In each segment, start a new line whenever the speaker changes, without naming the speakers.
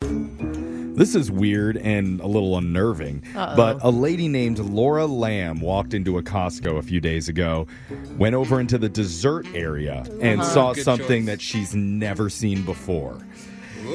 This is weird and a little unnerving, but a lady named Laura Lamb walked into a Costco a few days ago, went over into the dessert area, and saw something that she's never seen before.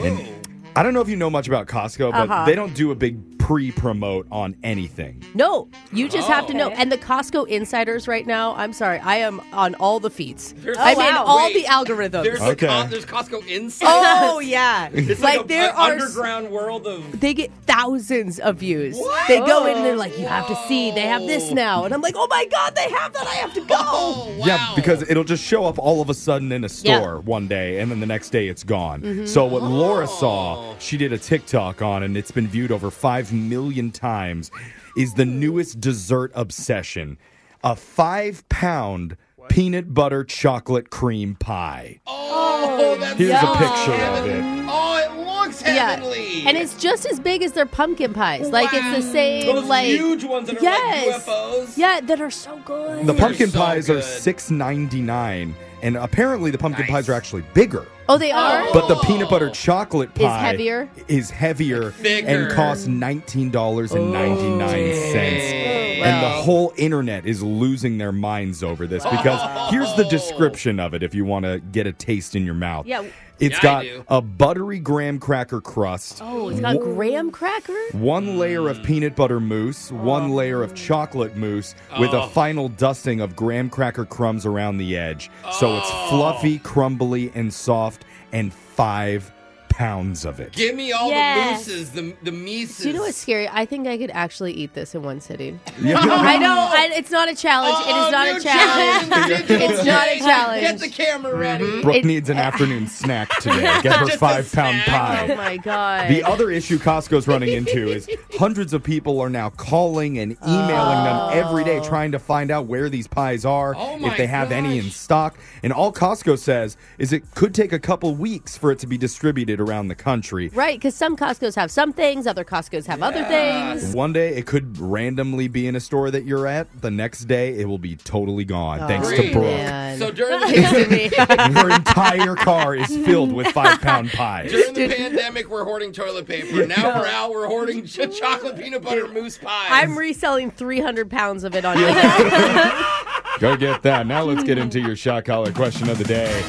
And I don't know if you know much about Costco, but they don't do a big pre promote on anything.
No, you just have to know. And the Costco insiders right now, I'm sorry, I am on all the feeds. I'm in
wow.
all
Wait,
the algorithms.
There's
Okay.
a co- there's Costco inside.
Oh,
yeah, it's
Like,
like, a,
there
an
are s-
underground world of.
they get thousands of views. They go in and they're like, you have to see, they have this
Whoa.
now. And I'm like, oh my God, they have that. I have to go.
Oh wow!
Yeah, because it'll just show up all of a sudden in a
Yeah.
store one day, and then the next day it's gone.
Mm-hmm.
So what Laura
Oh.
saw, she did a TikTok on, and it's been viewed over five million times. Is the newest dessert obsession a five pound peanut butter chocolate cream pie?
oh, that's
Here's
Yeah.
a picture of
heaven.
it.
Oh, it looks heavenly.
Yeah. And it's just as big as their pumpkin pies. Like, it's the same,
Those
like.
huge ones that are
yes.
like UFOs.
Yeah, that are so good.
The pumpkin
so
pies are
good.
six ninety nine, and apparently the pumpkin pies are actually bigger.
oh, they are?
But the peanut butter chocolate
Is
pie
heavier?
is heavier
Bigger.
and costs nineteen dollars and ninety nine
Oh.
cents. And the whole internet is losing their minds over this because
Oh.
here's the description of it if you want to get a taste in your mouth.
Yeah.
it's
Yeah, I
got
do.
a buttery graham cracker crust.
oh, it's got graham cracker?
One layer
Mm.
of peanut butter
Oh.
mousse, one layer of chocolate mousse, with a final dusting of graham cracker crumbs around the edge. So it's
Oh.
fluffy, crumbly, and soft, and five pounds of it.
Give me all
Yes.
the mooses, the the mises.
Do you know what's scary? I think I could actually eat this in one sitting.
Yeah.
I know I, it's not a challenge. it
Oh,
is not
new
a challenge. it's not a
Get the
challenge.
camera ready.
Brooke
It-
needs an afternoon snack today. Get her
Just a
five pound
snack.
pie.
Oh my god.
The other issue Costco's running into is hundreds of people are now calling and emailing them every day trying to find out where these pies are,
Oh my
if they have any in
gosh.
stock. And all Costco says is it could take a couple weeks for it to be distributed around the country.
right, because some Costco's have some things, other Costco's have other things.
One day it could randomly be in a store that you're at. The next day it will be totally gone. thanks to
Great.
Brooke.
Man.
So during
It's
the,
to me.
Her entire car is filled with five pound pies.
during the pandemic, we're hoarding toilet paper. Now we're out, we're hoarding ch- chocolate peanut butter mousse pies.
I'm reselling 300 pounds of it on eBay.
Go get that. Now let's get into your shot collar question of the day.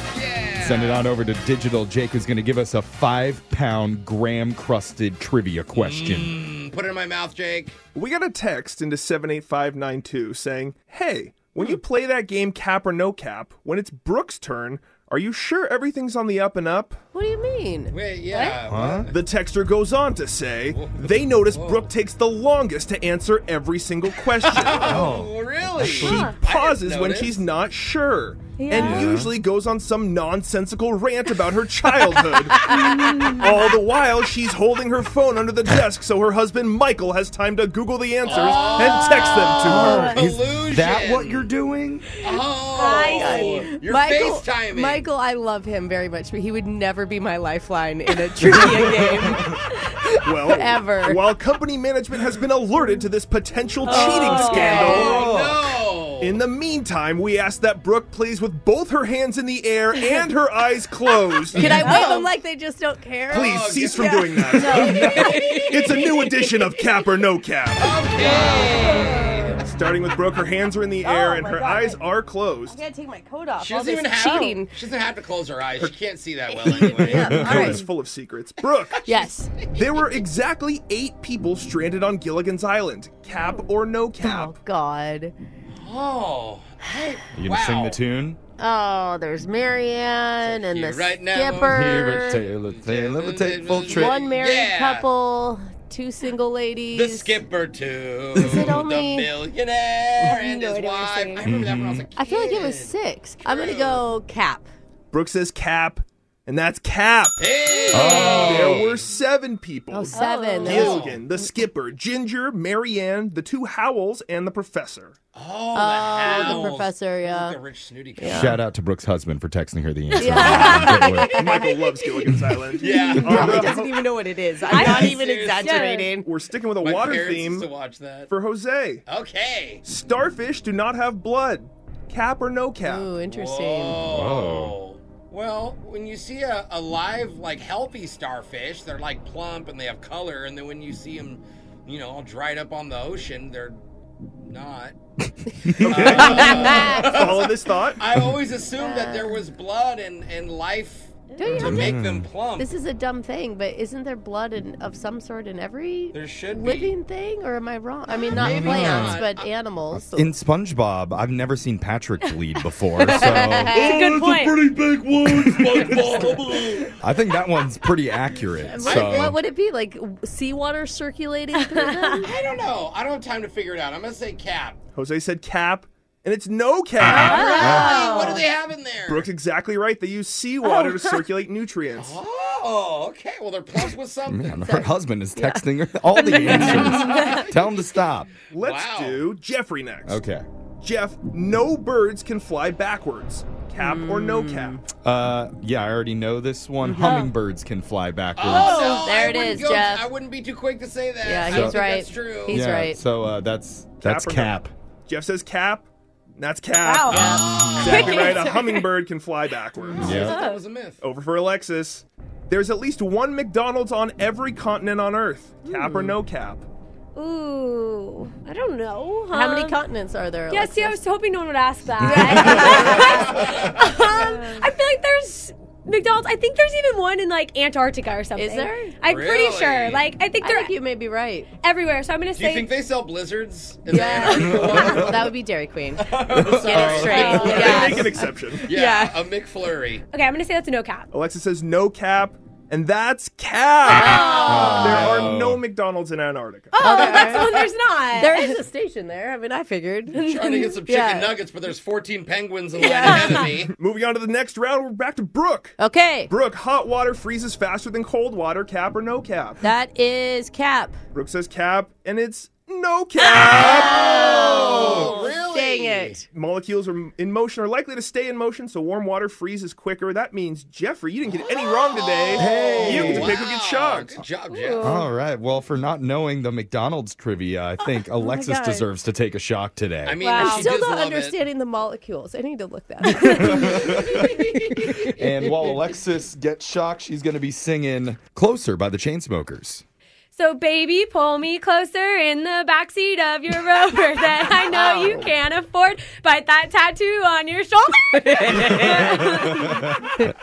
Send it on over to digital. Jake is going to give us a five pound graham crusted trivia
Mm.
question.
Put it in my mouth, Jake.
We got a text into
Hmm.
78592 saying, Hey, when you play that game cap or no cap, when it's Brooke's turn, Are you sure everything's on the up and up?
What do you mean?
Wait, yeah.
The texter goes on to say they notice Brooke takes the longest to answer every single question.
Oh, really?
She pauses when she's not sure
Yeah.
and usually goes on some nonsensical rant about her childhood. All the while, she's holding her phone under the desk so her husband Michael has time to Google the answers and text
Oh.
them to her.
Oh, Is that what you're doing?
Oh,
I see.
You're
Michael,
FaceTiming.
Michael, I love him very much, but he would never be my lifeline in a trivia game.
Well,
Ever.
while company management has been alerted to this potential cheating
Oh.
scandal,
Oh,
in the meantime, we ask that Brooke plays with both her hands in the air and her eyes closed.
Can I
Oh.
wave them like they just don't care?
Please cease from doing that. It's a new edition of Cap or No Cap. Starting with Brooke, her hands are in the air
Oh,
and
my
her
God.
eyes are closed.
She
gotta take my coat off.
She
All
doesn't even
this
have.
cheating.
She doesn't have to close her eyes. She can't see that well anyway.
Her coat is full of secrets. Brooke.
yes.
There were exactly eight people stranded on Gilligan's Island, cap or no cap. Oh
God.
Oh. Hey.
Are you gonna sing the tune?
Oh, there's Marianne and the
Right now,
skipper.
full
One married
Yeah.
couple, two single ladies.
The skipper too. Is
it only-
the millionaire and his wife? I remember that when I was like,
I feel like it was six. I'm gonna go cap.
Brooke says cap, and that's cap.
Oh.
There were seven people.
Oh, seven. Oh.
Gilligan, the skipper, Ginger, Marianne, the two Howells, and the professor.
Oh,
the,
Howells.
professor, yeah.
The rich snooty.
Shout out to Brooke's husband for texting her the answer.
Michael loves Gilligan's Island.
Yeah.
Probably doesn't even know what it is. I'm not even exaggerating.
We're sticking with a
My
water
parents
theme
used to watch that.
for Jose.
Okay.
Starfish do not have blood. Cap or no cap?
Ooh, interesting.
Whoa. Well, when you see a, a live, like healthy starfish, they're like plump and they have color, and then when you see them, you know, all dried up on the ocean, they're not. Uh,
Follow this thought.
I always assumed that there was blood and, and life
Don't you
to
have
make
to-
them
Hmm.
plump.
This is a dumb thing, but isn't there blood in, of some sort in every
there should be.
living thing? Or am I wrong? I mean, not
Maybe
plants,
not.
but animals.
In SpongeBob, I've never seen Patrick bleed before, so
a good point.
big one. I think that one's pretty accurate.
What, what
So
would it be like? Seawater circulating through them?
I don't know. I don't have time to figure it out. I'm gonna say cap.
Jose said cap, and it's no cap.
uh,
Hey, what do they have in there?
Brooke's exactly right. They use seawater to circulate nutrients.
Oh, okay. Well, they're plumped with something.
Man, her husband is texting her all the answers. Tell him to stop.
Let's do Jeffrey next.
Okay.
Jeff, no birds can fly backwards. Cap or no cap?
Uh, yeah, I already know this one.
Uh-huh.
Hummingbirds can fly backwards.
Oh, no, I
there it
wouldn't
is,
go-
Jeff.
I wouldn't be too quick to say that.
Yeah,
I
he's
don't think
right.
That's
Ah,
true.
He's
yeah,
right.
So uh, that's that's
or no?
cap.
Jeff says cap, and that's cap. Exactly right. A hummingbird can fly backwards.
Yeah.
Oh. That was a myth.
Over for Alexis. There's at least one McDonald's on every continent on Earth. Cap
Hmm.
or no cap?
Ooh, I don't know.
How
huh?
many continents are there?
Uh-huh. Yeah, see, I
Alexis?
was hoping no one would ask that. um, I feel like there's McDonald's. I think there's even one in like Antarctica or something.
Is there?
I'm pretty
Really?
sure. Like, I think
I
they're
think you may be right.
everywhere. So I'm gonna
Do you
say
think they sell blizzards? In
Yeah, that would be Dairy Queen. Get it straight.
They
Yeah.
make an exception.
The, yeah, a McFlurry.
okay. I'm gonna say that's a no cap.
Alexis says no cap, and that's cap. There are no McDonald's in Antarctica.
Oh, that's the one. There's not.
There is a station there. I mean, I figured.
Trying to get some chicken
Yeah.
nuggets, but there's 14 penguins in line ahead of me.
Moving on to the next round, we're back to Brooke.
Okay,
Brooke, hot water freezes faster than cold water. Cap or no cap?
that is Cap.
Brooke says cap, and it's no cap.
Oh, really?
Dang it.
Molecules are in motion are likely to stay in motion, so warm water freezes quicker. That means Jeffrey, you didn't get any wrong today.
Hey.
you get to pick who
Wow,
gets shocked.
Good job, Jeff.
All right. Well, for not knowing the McDonald's trivia, I think Alexis
God.
deserves to take a shock today.
I mean,
I'm
she
still
does
not
love
understanding the molecules. I need to look that up.
and while Alexis gets shocked, she's going to be singing "Closer" by the Chainsmokers.
So, baby, pull me closer in the backseat of your rover that I know you can't afford. But that tattoo on your shoulder.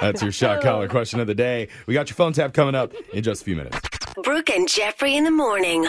That's your shock collar question of the day. We got your phone tap coming up in just a few minutes.
Brooke and Jeffrey in the morning.